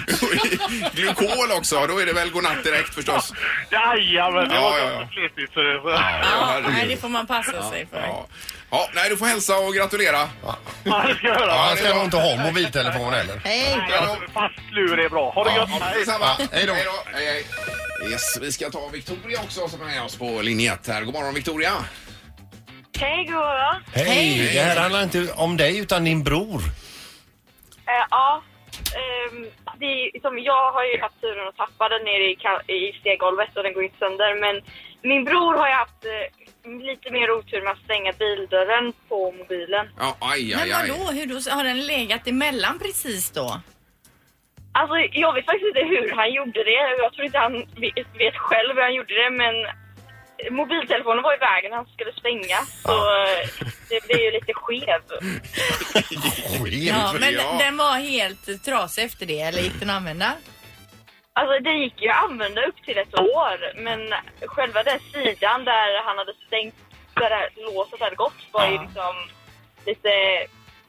[SPEAKER 1] Glykol också, då är det väl godnatt direkt förstås.
[SPEAKER 11] Jajamän, det
[SPEAKER 1] Ja,
[SPEAKER 11] var
[SPEAKER 1] ja, ja.
[SPEAKER 11] ganska fletigt. så det-
[SPEAKER 2] Ja,
[SPEAKER 1] herregud.
[SPEAKER 2] nej, det får man passa sig för.
[SPEAKER 1] Ja. ja, nej du får hälsa och gratulera.
[SPEAKER 11] Ja, det ska jag
[SPEAKER 3] Ja,
[SPEAKER 11] göra.
[SPEAKER 3] han ska nog inte ha mobiltelefon heller.
[SPEAKER 2] Hej.
[SPEAKER 1] Ja,
[SPEAKER 11] Fast lur är bra. Ha det
[SPEAKER 1] ja,
[SPEAKER 11] gött.
[SPEAKER 1] ja,
[SPEAKER 11] Hej.
[SPEAKER 1] detsamma.
[SPEAKER 3] Ja, hej då.
[SPEAKER 1] Hej Hej, hej. Yes, vi ska ta Victoria också som är med oss på linje 1 här. God morgon Victoria.
[SPEAKER 12] Hej, god morgon.
[SPEAKER 3] Hej! Det här handlar inte om dig utan din bror.
[SPEAKER 12] Eh, ja, ehm, det är, som jag har ju haft turen att tappa den nere i, ka- i steggolvet och den går inte sönder. Men min bror har ju haft eh, lite mer otur med att stänga bildörren på mobilen.
[SPEAKER 1] Ja, aj,
[SPEAKER 2] Men
[SPEAKER 1] aj, aj.
[SPEAKER 2] vadå, hur då? Har den legat emellan precis då?
[SPEAKER 12] Alltså, jag vet faktiskt inte hur han gjorde det. Jag tror inte han vet, vet själv hur han gjorde det, men mobiltelefonen var i vägen när han skulle stänga. Så eh, det blev ju lite skev.
[SPEAKER 2] Ja, men
[SPEAKER 1] ja.
[SPEAKER 2] den var helt trasig efter det, eller gick den att använda?
[SPEAKER 12] Alltså det gick ju att använda upp till ett år, men själva den sidan där han hade stängt, där det här låset hade gått var ju liksom lite,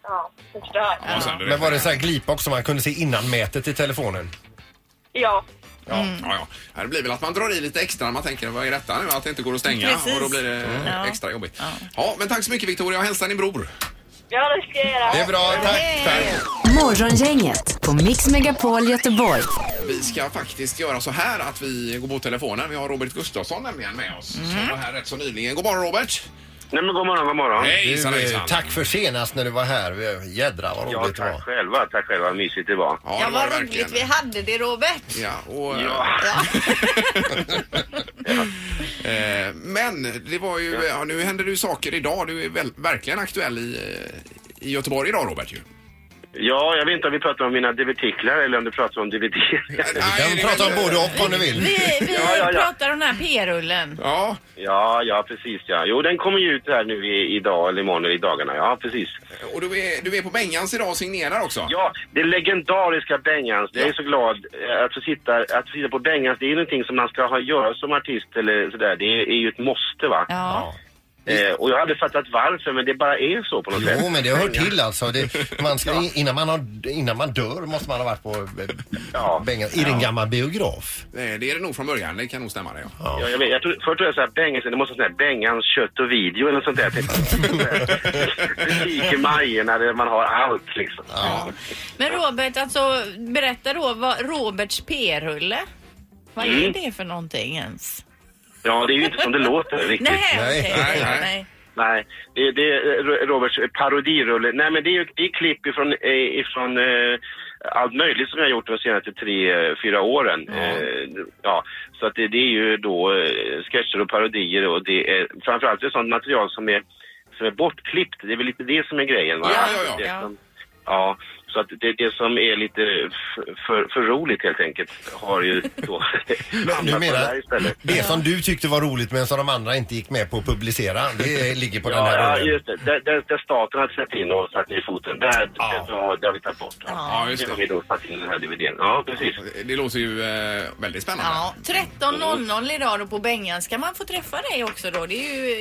[SPEAKER 12] ja, förstört.
[SPEAKER 1] Ja, sen är
[SPEAKER 3] Men var det så här glipa också man kunde se innan mätet i telefonen?
[SPEAKER 12] Ja,
[SPEAKER 1] Ja, ja, ja. Ja, Det blir väl att man drar i lite extra när man tänker vad är detta nu? Att det inte går att stänga
[SPEAKER 2] Precis.
[SPEAKER 1] och då blir det eh,
[SPEAKER 2] Ja.
[SPEAKER 1] extra jobbigt. Ja. men tack så mycket Victoria och hälsa din bror.
[SPEAKER 12] ja det ska jag göra.
[SPEAKER 3] Det är bra, tack!
[SPEAKER 2] Hej.
[SPEAKER 4] Morgongänget på Mix Megapol Göteborg.
[SPEAKER 1] Vi ska faktiskt göra så här att vi går på telefonen. Vi har Robert Gustafsson nämligen med oss som var här rätt så nyligen. God morgon Robert!
[SPEAKER 11] Nej, men god morgon, god morgon.
[SPEAKER 1] Hej,
[SPEAKER 3] Du, eh, tack för senast när du var här. Jädrar vad
[SPEAKER 11] Ja,
[SPEAKER 3] roligt det
[SPEAKER 11] tack
[SPEAKER 3] var.
[SPEAKER 11] själva. Tack själva. Mysigt det var.
[SPEAKER 1] Ja,
[SPEAKER 2] Ja,
[SPEAKER 1] det var
[SPEAKER 2] vad
[SPEAKER 1] det
[SPEAKER 2] roligt vi
[SPEAKER 1] verkligen.
[SPEAKER 2] hade det Robert.
[SPEAKER 1] Ja, och,
[SPEAKER 11] Ja.
[SPEAKER 1] eh, men det var ju, ja, nu händer det ju saker idag. Du är väl, verkligen aktuell i, eh, i Göteborg idag Robert ju.
[SPEAKER 11] Ja, jag vet inte om vi pratar om mina debuttiklar eller om du pratar om DVD.
[SPEAKER 1] Nej,
[SPEAKER 3] Du
[SPEAKER 1] det
[SPEAKER 3] kan
[SPEAKER 1] är
[SPEAKER 3] prata om
[SPEAKER 1] väl-
[SPEAKER 3] både och om du vill.
[SPEAKER 2] Vi, vi
[SPEAKER 11] Ja, ja, ja.
[SPEAKER 2] pratar om den här p-rullen.
[SPEAKER 1] Ja,
[SPEAKER 11] ja, ja, precis ja. Jo, den kommer ju ut här nu i, idag eller imorgon eller i dagarna. Ja, precis.
[SPEAKER 1] och du är, du är på Bengans idag och signerar också.
[SPEAKER 11] Ja, det legendariska Bengans. Jag är så glad eh, att få sitta, att få sitta på Bengans. Det är ju någonting som man ska ha, göra som artist eller sådär. Det är, är ju ett måste va.
[SPEAKER 2] Ja.
[SPEAKER 11] Eh, och jag hade fattat varför, men det bara är så på något sätt.
[SPEAKER 3] Jo, men det hör till alltså. Det, man ska, innan, man har, innan man dör måste man ha varit på ja.
[SPEAKER 11] Ja.
[SPEAKER 3] i din gamla biograf.
[SPEAKER 1] Eh, Det är det nog från början, det kan nog stämma det. Ja.
[SPEAKER 11] Ja, jag vet. Jag tror, först trodde jag såhär, Bengans, det måste vara sån här Bengans kött och video eller något sånt där. typ. Butik i Majorna där man har allt liksom.
[SPEAKER 1] Ja.
[SPEAKER 2] Men Robert, alltså berätta då vad Roberts p-rulle. Vad är
[SPEAKER 11] Mm.
[SPEAKER 2] det för någonting ens?
[SPEAKER 11] Ja, det är ju inte som det låter riktigt.
[SPEAKER 2] Nej,
[SPEAKER 3] Nej.
[SPEAKER 2] okej.
[SPEAKER 1] Nej, nej.
[SPEAKER 11] Nej, det, det är eh, Roberts parodirulle. Nej, men det är ju det är klipp ifrån, eh, ifrån eh, allt möjligt som jag har gjort de senaste tre, eh, fyra åren. Eh, ja, så att det, det är ju då eh, sketcher och parodier och det är framförallt det är sånt material som är, som är bortklippt. Det är väl lite det som är grejen. Va?
[SPEAKER 1] Ja, ja, ja.
[SPEAKER 11] Det som, ja. Så att det, det som är lite f- för, för roligt helt enkelt har ju då hamnat på det
[SPEAKER 3] menar-
[SPEAKER 11] här istället.
[SPEAKER 3] Det som du tyckte var roligt men som de andra inte gick med på att publicera, det ligger på den
[SPEAKER 11] ja,
[SPEAKER 3] här
[SPEAKER 11] ja,
[SPEAKER 3] rullen.
[SPEAKER 11] just det. Där, där, där staten har släppt in och satt ner foten. Där,
[SPEAKER 3] Ja.
[SPEAKER 11] där, där, har vi tagit bort.
[SPEAKER 1] Ja, just
[SPEAKER 11] det.
[SPEAKER 1] det.
[SPEAKER 11] har vi då satt in den här DVDn. Ja, precis.
[SPEAKER 1] Det låter ju eh, väldigt spännande.
[SPEAKER 2] Ja, 13.00 idag då på Bengan. Ska man få träffa dig också då? Det är ju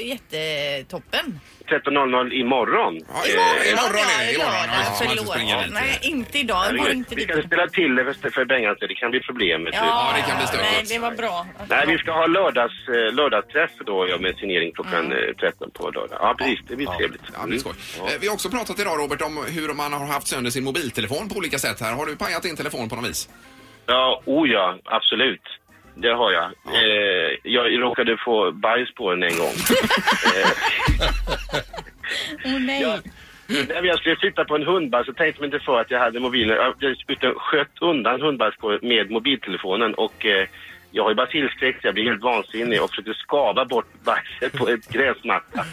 [SPEAKER 2] jättetoppen.
[SPEAKER 11] 13.00 imorgon.
[SPEAKER 1] Ja, imorgon,
[SPEAKER 11] Eh,
[SPEAKER 1] imorgon
[SPEAKER 2] ja,
[SPEAKER 1] är det. Imorgon,
[SPEAKER 2] ja,
[SPEAKER 1] ja, ja, man
[SPEAKER 2] förlåt.
[SPEAKER 1] springer dit.
[SPEAKER 2] Nej, inte idag. Var
[SPEAKER 11] herregud.
[SPEAKER 2] inte
[SPEAKER 11] Eh, Vi
[SPEAKER 2] dit.
[SPEAKER 11] kan spela till det för, för Bengt, det kan bli problem. vet du.
[SPEAKER 1] Ja, det kan bli stökigt.
[SPEAKER 2] Nej, det var bra.
[SPEAKER 11] Nej, vi ska ha lördags, eh, lördagsträff då ja, med signering klockan eh, 13 på lördag. Ja, precis. Det blir trevligt. Mm.
[SPEAKER 1] Mm. Ja, det blir skoj. Eh, Vi har också pratat idag Robert om hur man har haft sönder sin mobiltelefon på olika sätt här. Har du pajat din telefon på något vis?
[SPEAKER 11] Ja, oh ja, absolut. det har jag. Eh, jag råkade få bajs på den en gång. eh,
[SPEAKER 2] Åh nej.
[SPEAKER 11] när jag skulle flytta på en hundbajs så tänkte man inte för att jag hade mobilen. Jag dessutom sköt undan hundbajs på- med mobiltelefonen och eh, jag har ju basilskräck så jag blev helt vansinnig och försökte skava bort bajset på ett gräsmatta.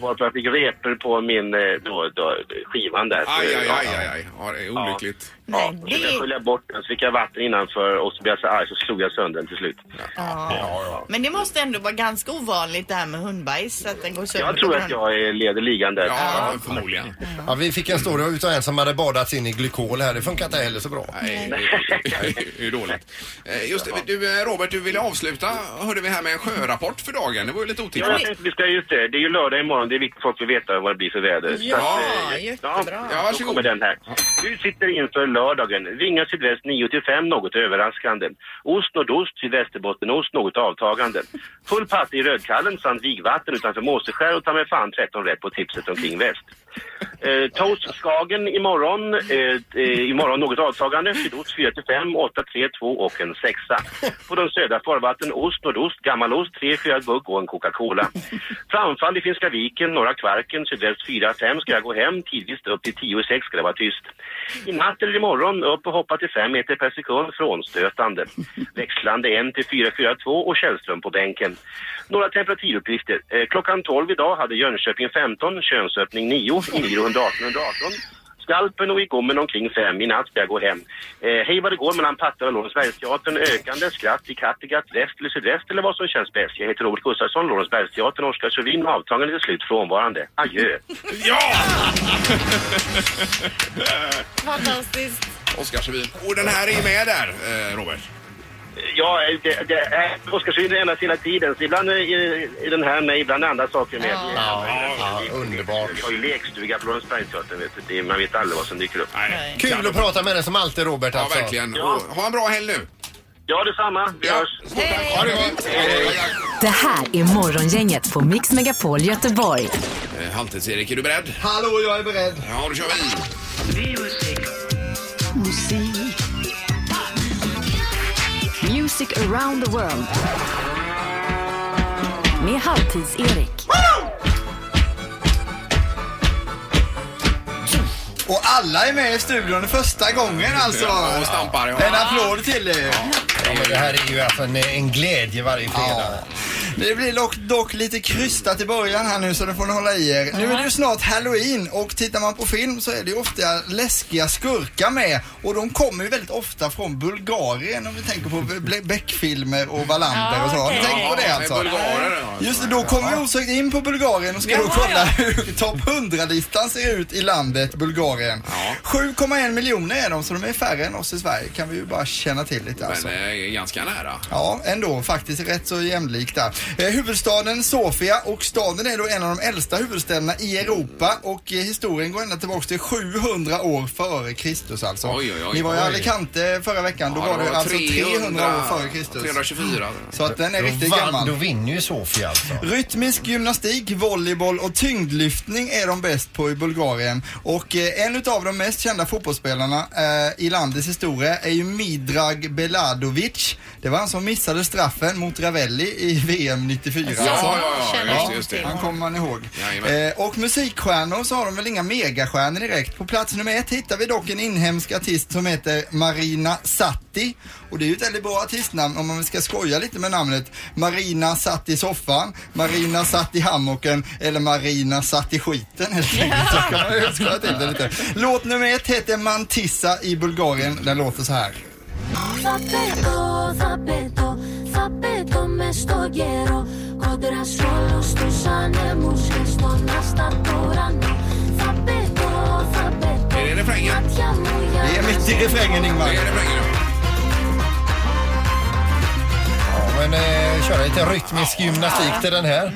[SPEAKER 11] Varför jag fick repor på min eh, då, då, skivan där.
[SPEAKER 1] Aj, aj,
[SPEAKER 11] Ja.
[SPEAKER 1] aj, aj, aj. Ja, det är olyckligt.
[SPEAKER 11] Ja, så fick jag skölja bort den, så fick jag vatten innanför och så blev jag så arg så slog jag sönder den till slut.
[SPEAKER 2] Ja. Men det måste ändå vara ganska ovanligt det här med hundbajs. Att den går sönder
[SPEAKER 11] Jag
[SPEAKER 2] på
[SPEAKER 11] tror att
[SPEAKER 2] grund-
[SPEAKER 11] jag är- leder ligan där.
[SPEAKER 1] Ja, förmodligen.
[SPEAKER 3] Ja, vi fick en story utav en som hade badats in i glykol här. Det funkar inte heller så bra.
[SPEAKER 1] Nej, det är ju dåligt. Eh, Just det, du, eh, Robert, du ville avsluta, hörde vi här, med en sjörapport för dagen. Det var ju lite
[SPEAKER 11] Ja,
[SPEAKER 1] otippat.
[SPEAKER 11] jag tänkte vi ska, just det, det är ju lördag imorgon, det är viktigt folk vill veta vad det blir för väder. Så
[SPEAKER 1] Ja,
[SPEAKER 11] att, eh,
[SPEAKER 1] jättebra. Ja,
[SPEAKER 11] då
[SPEAKER 1] varsågod.
[SPEAKER 11] kommer den här. Du sitter inför lördagen, Vinga sydväst 9 till 5 något överraskande. Ost nordost, sydvästerbottenost något avtagande. Full patte i Rödkallen samt vigvatten utanför Måseskär och ta med fan 13 rätt på tipset omkring väst. Eh, Toast Skagen imorgon, eh, eh, imorgon något avtagande, sydost 4 till 5, 8, 3, 2 och en sexa. På de södra farvatten ost, nordost, gammalost, 3, 4 bugg och en Coca-Cola. Framfall i Finska viken, norra Kvarken, sydväst 4, 5 ska jag gå hem, tidvis upp till 10 och 6 ska det vara tyst. I natt eller imorgon upp och hoppa till 5 meter per sekund frånstötande. Växlande 1 till 4, 4, 2 och Källström på bänken. Några temperaturuppgifter. Eh, klockan 12 idag hade Jönköping 15, Könsöppning 9, Iniro 118, 118. Skalpen och i gommen omkring fem. I natt ska jag gå hem. Eh, hej vad det går mellan Pattar och Lorensbergsteatern. Ökande skratt i Kattegatt, väst eller sydväst eller vad som känns bäst. Jag heter Robert Gustafsson, Lorensbergsteatern, Oskar Sjöwin. Avtagande till slut frånvarande. Adjö.
[SPEAKER 2] Fantastiskt.
[SPEAKER 1] Oskar Sjövin. Och den här är med där, eh, Robert.
[SPEAKER 11] Ja, det, det är Oskarshamn ändras hela tiden. Så ibland är den här med, ibland är andra saker med.
[SPEAKER 3] Ja, underbart.
[SPEAKER 11] Vi har ju lekstuga på Lorensbergsteatern, vet du. Det- man vet aldrig vad som dyker upp.
[SPEAKER 3] Kul att prata med dig som alltid Robert.
[SPEAKER 1] Ja,
[SPEAKER 3] Alltså.
[SPEAKER 1] verkligen. Och Ha en bra helg nu.
[SPEAKER 11] Ja, detsamma. Vi hörs.
[SPEAKER 1] Ha det gott.
[SPEAKER 4] Det här är Morgongänget på Mix Megapol Göteborg.
[SPEAKER 1] Eh, Halvtids-Erik, är du beredd?
[SPEAKER 3] Hallå, jag är beredd.
[SPEAKER 1] Ja, då kör vi.
[SPEAKER 4] Musik. Music around the world. Med Halvtids-Erik.
[SPEAKER 13] Och alla är med i studion för första gången alltså.
[SPEAKER 1] Ja, och stampar, ja.
[SPEAKER 13] En applåd till er.
[SPEAKER 3] Ja, men det här är ju alltså en, en glädje varje fredag.
[SPEAKER 13] Det blir dock, dock lite krystat i början här nu så det får ni hålla i er. Nu är det ju snart halloween och tittar man på film så är det ju ofta läskiga skurkar med och de kommer ju väldigt ofta från Bulgarien om vi tänker på Be- Beck-filmer och Wallander och så. Har ni tänkt på det alltså? Just det, då kommer vi osökt in på Bulgarien och ska då kolla hur topp 100-listan ser ut i landet Bulgarien. 7,1 miljoner är de, så de är färre än oss i Sverige. kan vi ju bara känna till lite alltså.
[SPEAKER 1] Men eh, ganska nära.
[SPEAKER 13] Ja, ändå faktiskt rätt så jämlikt där. Eh, huvudstaden Sofia och staden är då en av de äldsta huvudstäderna i Europa och eh, historien går ända tillbaks till 700 år före Kristus alltså.
[SPEAKER 1] Oj, oj, oj.
[SPEAKER 13] Ni var i
[SPEAKER 1] Oj.
[SPEAKER 13] Alicante förra veckan, då
[SPEAKER 1] Ja,
[SPEAKER 13] var det alltså 300 år före Kristus.
[SPEAKER 1] 324.
[SPEAKER 13] Så att den är
[SPEAKER 3] Då
[SPEAKER 13] riktigt
[SPEAKER 3] vann-
[SPEAKER 13] gammal.
[SPEAKER 3] Då vinner ju Sofia alltså.
[SPEAKER 13] Rytmisk gymnastik, volleyboll och tyngdlyftning är de bäst på i Bulgarien. Och eh, en utav de mest kända fotbollsspelarna eh, i landets historia är ju Midrag Beladovic. Det var han som missade straffen mot Ravelli i VM 94.
[SPEAKER 1] Ja, ja, ja, känner just det, just det.
[SPEAKER 13] Han kommer man ihåg.
[SPEAKER 1] Jajamän.
[SPEAKER 13] Eh, och musikstjärnor så har de väl inga megastjärnor direkt. På plats nummer ett hittar vi dock en inhemsk artist som heter Marina Satti. Och det är ju ett väldigt bra artistnamn om man ska skoja lite med namnet. Marina satt i soffan, Marina satt i hammocken eller Marina satt i skiten helt enkelt. Så kan man ju skoja till det lite. Låt nummer ett heter Mantissa i Bulgarien. Den låter så här.
[SPEAKER 14] Zapetto, zapetto, zapetto με στο καιρό Κόντρας όλους τους ανέμους και στον αστατορανό Zapetto, zapetto,
[SPEAKER 1] Är det refrängen?
[SPEAKER 14] μάτια μου για
[SPEAKER 13] Det är mitt i refrängen Ingmar.
[SPEAKER 3] Ja, men eh, köra lite rytmisk gymnastik till den här.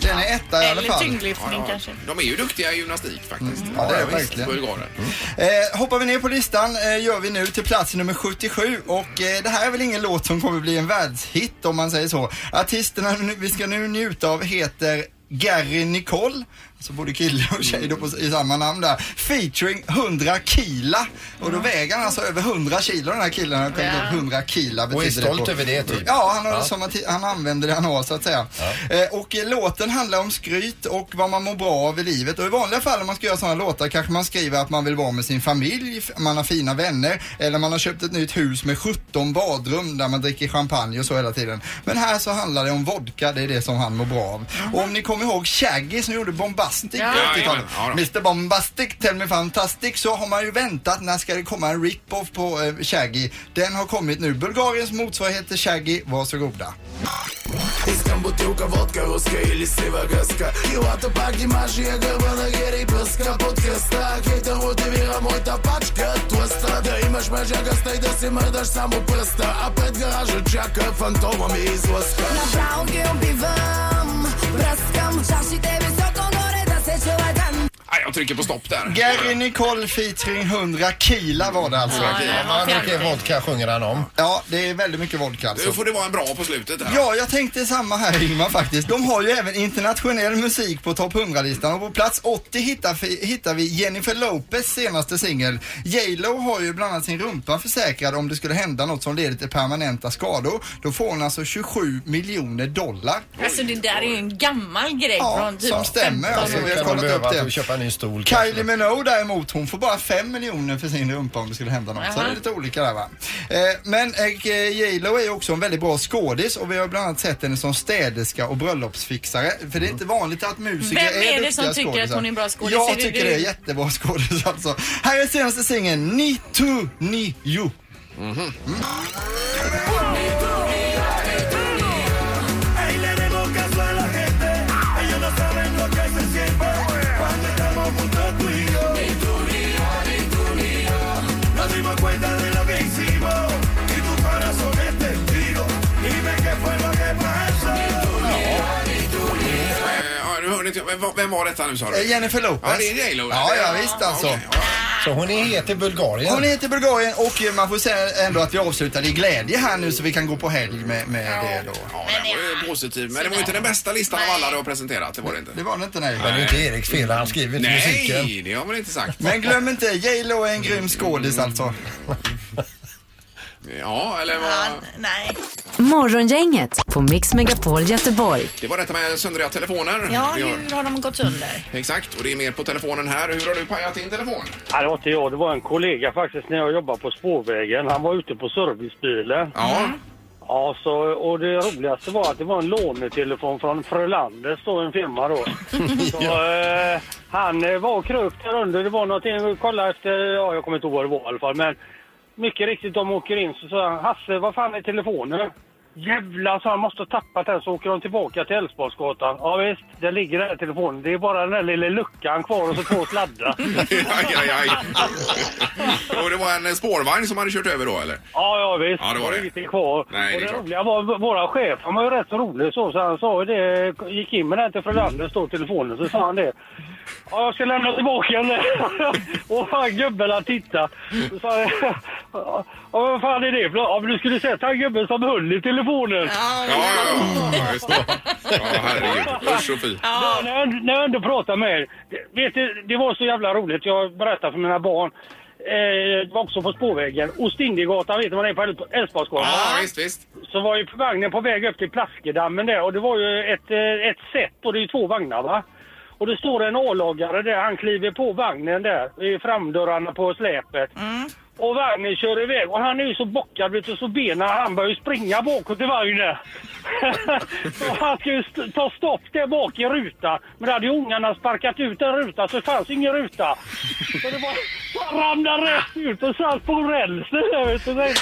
[SPEAKER 13] Den är etta i alla fall.
[SPEAKER 1] Ja, ja. De är ju duktiga i gymnastik faktiskt.
[SPEAKER 13] Mm. Ja, det är
[SPEAKER 1] visst,
[SPEAKER 13] verkligen.
[SPEAKER 1] Bulgarer.
[SPEAKER 13] Eh, hoppar vi ner på listan eh, gör vi nu till plats nummer 77 och eh, det här är väl ingen låt som kommer bli en världshit om man säger så. Artisterna nu- vi ska nu njuta av heter Gary Nicole, alltså både kille och tjej då på, i samma namn där, featuring 100 kila. Och då väger han alltså över 100 kilo den här killen. Jag tänkte
[SPEAKER 3] Ja.
[SPEAKER 13] att 100 kila
[SPEAKER 3] Och är
[SPEAKER 13] betyder
[SPEAKER 3] stolt
[SPEAKER 13] på-
[SPEAKER 3] över det, typ.
[SPEAKER 13] Ja, han, har
[SPEAKER 3] Ja.
[SPEAKER 13] Som att han använder det han har så att säga. Eh, och eh, låten handlar om skryt och vad man mår bra av i livet. Och i vanliga fall om man ska göra sådana låtar kanske man skriver att man vill vara med sin familj, f- man har fina vänner eller man har köpt ett nytt hus med 17 badrum där man dricker champagne och så hela tiden. Men här så handlar det om vodka, det är det som han mår bra av. Och om ni kommer ihåg Shaggy som gjorde Bombastic
[SPEAKER 1] Ja.
[SPEAKER 13] på 80-talet.
[SPEAKER 1] Ja, jajamän.
[SPEAKER 13] Mr Bombastic, Tell Me Fantastic så har man ju väntat när ska det komma en rip-off på eh, Shaggy. Den har kommit nu. Bulgariens motsvarighet till Shaggy, varsågoda.
[SPEAKER 15] Из бутылка, водка, узкая или сивогаска Юата паки, магия, габанагери, пъска Под кръста, хейтър мотивира моята пачка Тлъста, да имаш мъжага, стай да си мърдаш само пръста А пред гаража чака фантома ми излъска
[SPEAKER 14] Направо ги убивам, бръскам чашите високо горе да се челатам.
[SPEAKER 1] Nej, jag trycker på stopp där.
[SPEAKER 13] Gary Nicole featuring 100 kila var det alltså.
[SPEAKER 1] Ja, det var
[SPEAKER 3] Hur mycket vodka sjunger han om?
[SPEAKER 13] Ja, det är väldigt mycket vodka
[SPEAKER 1] Nu
[SPEAKER 13] alltså.
[SPEAKER 1] får det vara en bra på slutet här.
[SPEAKER 13] Ja, jag tänkte samma här Ingmar faktiskt. De har ju även internationell musik på topp 100-listan och på plats 80 hittar, fi- hittar vi Jennifer Lopez senaste singel. J.Lo har ju bland annat sin rumpa försäkrad om det skulle hända något som leder till permanenta skador. Då får hon alltså 27 miljoner dollar.
[SPEAKER 2] Alltså det där är ju en gammal grej
[SPEAKER 13] Ja,
[SPEAKER 2] från typ
[SPEAKER 13] som stämmer.
[SPEAKER 2] 15
[SPEAKER 13] Alltså, vi har
[SPEAKER 3] Kan man
[SPEAKER 13] kollat
[SPEAKER 3] behöva
[SPEAKER 13] upp
[SPEAKER 3] att
[SPEAKER 13] det.
[SPEAKER 3] köpa en ny stol?
[SPEAKER 13] Kylie Minogue däremot, hon får bara 5 miljoner för sin rumpa om det skulle hända något. Så
[SPEAKER 3] Jaha.
[SPEAKER 13] det är lite olika där va. Eh, men eh, J.Lo är ju också en väldigt bra skådis och vi har bland annat sett henne som städerska och bröllopsfixare. För det är inte vanligt att musiker
[SPEAKER 2] Vem är det
[SPEAKER 13] duktiga
[SPEAKER 2] som tycker att
[SPEAKER 13] skådisar.
[SPEAKER 2] hon är en bra skådis?
[SPEAKER 13] Jag
[SPEAKER 2] Är det
[SPEAKER 13] tycker
[SPEAKER 2] du?
[SPEAKER 13] det är jättebra skådis alltså. Här är senaste singeln, Ni tu, ni you. Mm.
[SPEAKER 14] Ahí le demos caso a la gente, ellos no saben lo que se siente cuando estamos juntos tú y yo. Ni tú ni yo, ni tú ni yo, nos dimos cuenta de lo que hicimos y tu corazón es testigo. Dime qué fue lo que pasó.
[SPEAKER 1] Eh, Ja, nu hörde inte jag. Vem, var- vem var detta nu sa du?
[SPEAKER 13] Eh, Jennifer Lopez.
[SPEAKER 1] Ja, det är J.Lo.
[SPEAKER 13] Ja, ja visst alltså.
[SPEAKER 3] Så hon är het i Bulgarien?
[SPEAKER 13] Hon är till Bulgarien och eh, man får säga ändå att vi avslutar i glädje här nu så vi kan gå på helg med, med det då.
[SPEAKER 1] Ja, den var ju positiv. Men det var ju inte den bästa listan av alla du har presenterat. Det var det inte.
[SPEAKER 13] Det var det inte nej.
[SPEAKER 3] Men det är inte Eriks fel, han skriver inte musiken.
[SPEAKER 1] Nej, det har man inte sagt.
[SPEAKER 13] Men glöm inte, J.Lo är en grym skådis alltså.
[SPEAKER 1] Ja, eller vad?
[SPEAKER 2] Nej.
[SPEAKER 4] Morgongänget på Mix Megapol Göteborg.
[SPEAKER 1] Det var detta med söndriga telefoner.
[SPEAKER 2] Ja,
[SPEAKER 1] Vi har-
[SPEAKER 2] hur har de gått under?
[SPEAKER 1] Exakt, och det är mer på telefonen här. Hur har du pajat din telefon?
[SPEAKER 16] Nej, det var inte jag. Det var en kollega faktiskt när jag jobbade på spårvägen. Han var ute på servicebilen.
[SPEAKER 1] Ja.
[SPEAKER 16] Ja, så, och det roligaste var att det var en lånetelefon från Frölanders då, en firma då. Så, eh, han eh, var och kröp där under. Det var någonting, vi kollade efter, ja jag kommer inte ihåg vad det var i alla fall. Men mycket riktigt, de åker in så sa han, Hasse vad fan är telefonen? Jävlar, så han måste ha tappat den så åker de tillbaka till Älvsborgsgatan. Ja visst, där ligger den här telefonen. Det är bara den där lilla luckan kvar och så två sladdar.
[SPEAKER 1] aj, aj, aj. och det var en eh, spårvagn som hade kört över då, eller?
[SPEAKER 16] Ja, ja visst.
[SPEAKER 1] Ja, det var det.
[SPEAKER 16] ingenting kvar.
[SPEAKER 1] Nej,
[SPEAKER 16] och
[SPEAKER 1] det är
[SPEAKER 16] det
[SPEAKER 1] klart.
[SPEAKER 16] roliga var, våra chef, han var ju rätt så rolig så, så han sa ju det, gick in med den till Frölander, stod telefonen, så sa han det. Ja, jag ska lämna tillbaka den där. Och han gubben han tittade. Så sa han, ja, vad fan är det för något? Ja, men du skulle sett han gubben som höll i telefonen.
[SPEAKER 2] Ja,
[SPEAKER 1] ja, ja. Just det. Ja, herregud. Usch och fy.
[SPEAKER 16] Ja, när, jag, när jag ändå pratar med er. det- Vet du, det var så jävla roligt. Jag berättade för mina barn. Eh, det var också på spårvägen. Ostindiergatan, vet du vad det är på Älvsborgsgatan?
[SPEAKER 1] Ja, visst, visst.
[SPEAKER 16] Så var ju vagnen på väg upp till Plaskedammen där och det var ju ett, eh, ett sätt och det är ju två vagnar va? Och det står en A-lagare där, han kliver på vagnen där i framdörrarna på släpet. Och vagnen kör iväg och han är ju så bockad vet du, så benen han börjar ju springa bakåt i vagnen. så han ska ju st- ta stopp där bak i rutan. Men då hade ju ungarna sparkat ut en ruta så det fanns ingen ruta. Så det var, han ramlade rätt ut och satt på rälsen där vet du. Men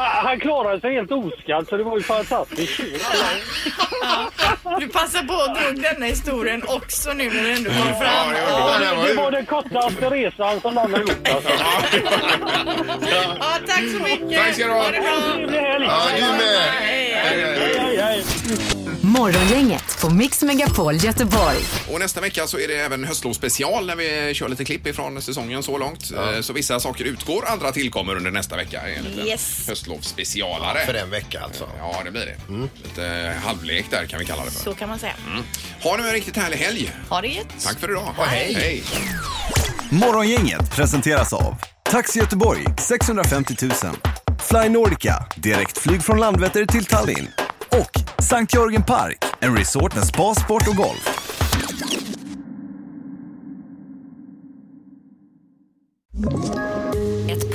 [SPEAKER 16] Han klarade sig helt oskadd så det var ju fantastiskt kul.
[SPEAKER 2] Ja. Du passar på att dra denna historien också nu när du ändå kom fram.
[SPEAKER 16] Ja,
[SPEAKER 2] Ja,
[SPEAKER 16] det var den kortaste resan som någon har gjort alltså.
[SPEAKER 2] Ja, tack så mycket.
[SPEAKER 16] Tack ska du ha.
[SPEAKER 2] Ha det bra.
[SPEAKER 16] Trevlig helg.
[SPEAKER 2] Ja, du med.
[SPEAKER 16] Hej, hej.
[SPEAKER 4] Morgongänget på Mix Megapol Göteborg.
[SPEAKER 1] Eh, Och nästa vecka så är det även höstlovsspecial när vi kör lite klipp ifrån säsongen så långt. Eh, Så vissa saker utgår, andra tillkommer under nästa vecka. Det är En liten
[SPEAKER 2] Yes.
[SPEAKER 1] höstlovsspecialare.
[SPEAKER 3] Ja, för en vecka alltså.
[SPEAKER 1] Ja, det blir det. Lite halvlek där kan vi kalla det för.
[SPEAKER 2] Så kan man säga.
[SPEAKER 1] Mm. Ha nu en riktigt härlig helg.
[SPEAKER 2] Ha det gött.
[SPEAKER 1] Tack för idag.
[SPEAKER 2] Och hej.
[SPEAKER 17] Morgongänget presenteras av Taxi Göteborg 650 000 Fly Nordica, direktflyg från Landvetter till Tallinn och Sankt Jörgen Park, en resort med spa, sport och golf.
[SPEAKER 18] Ett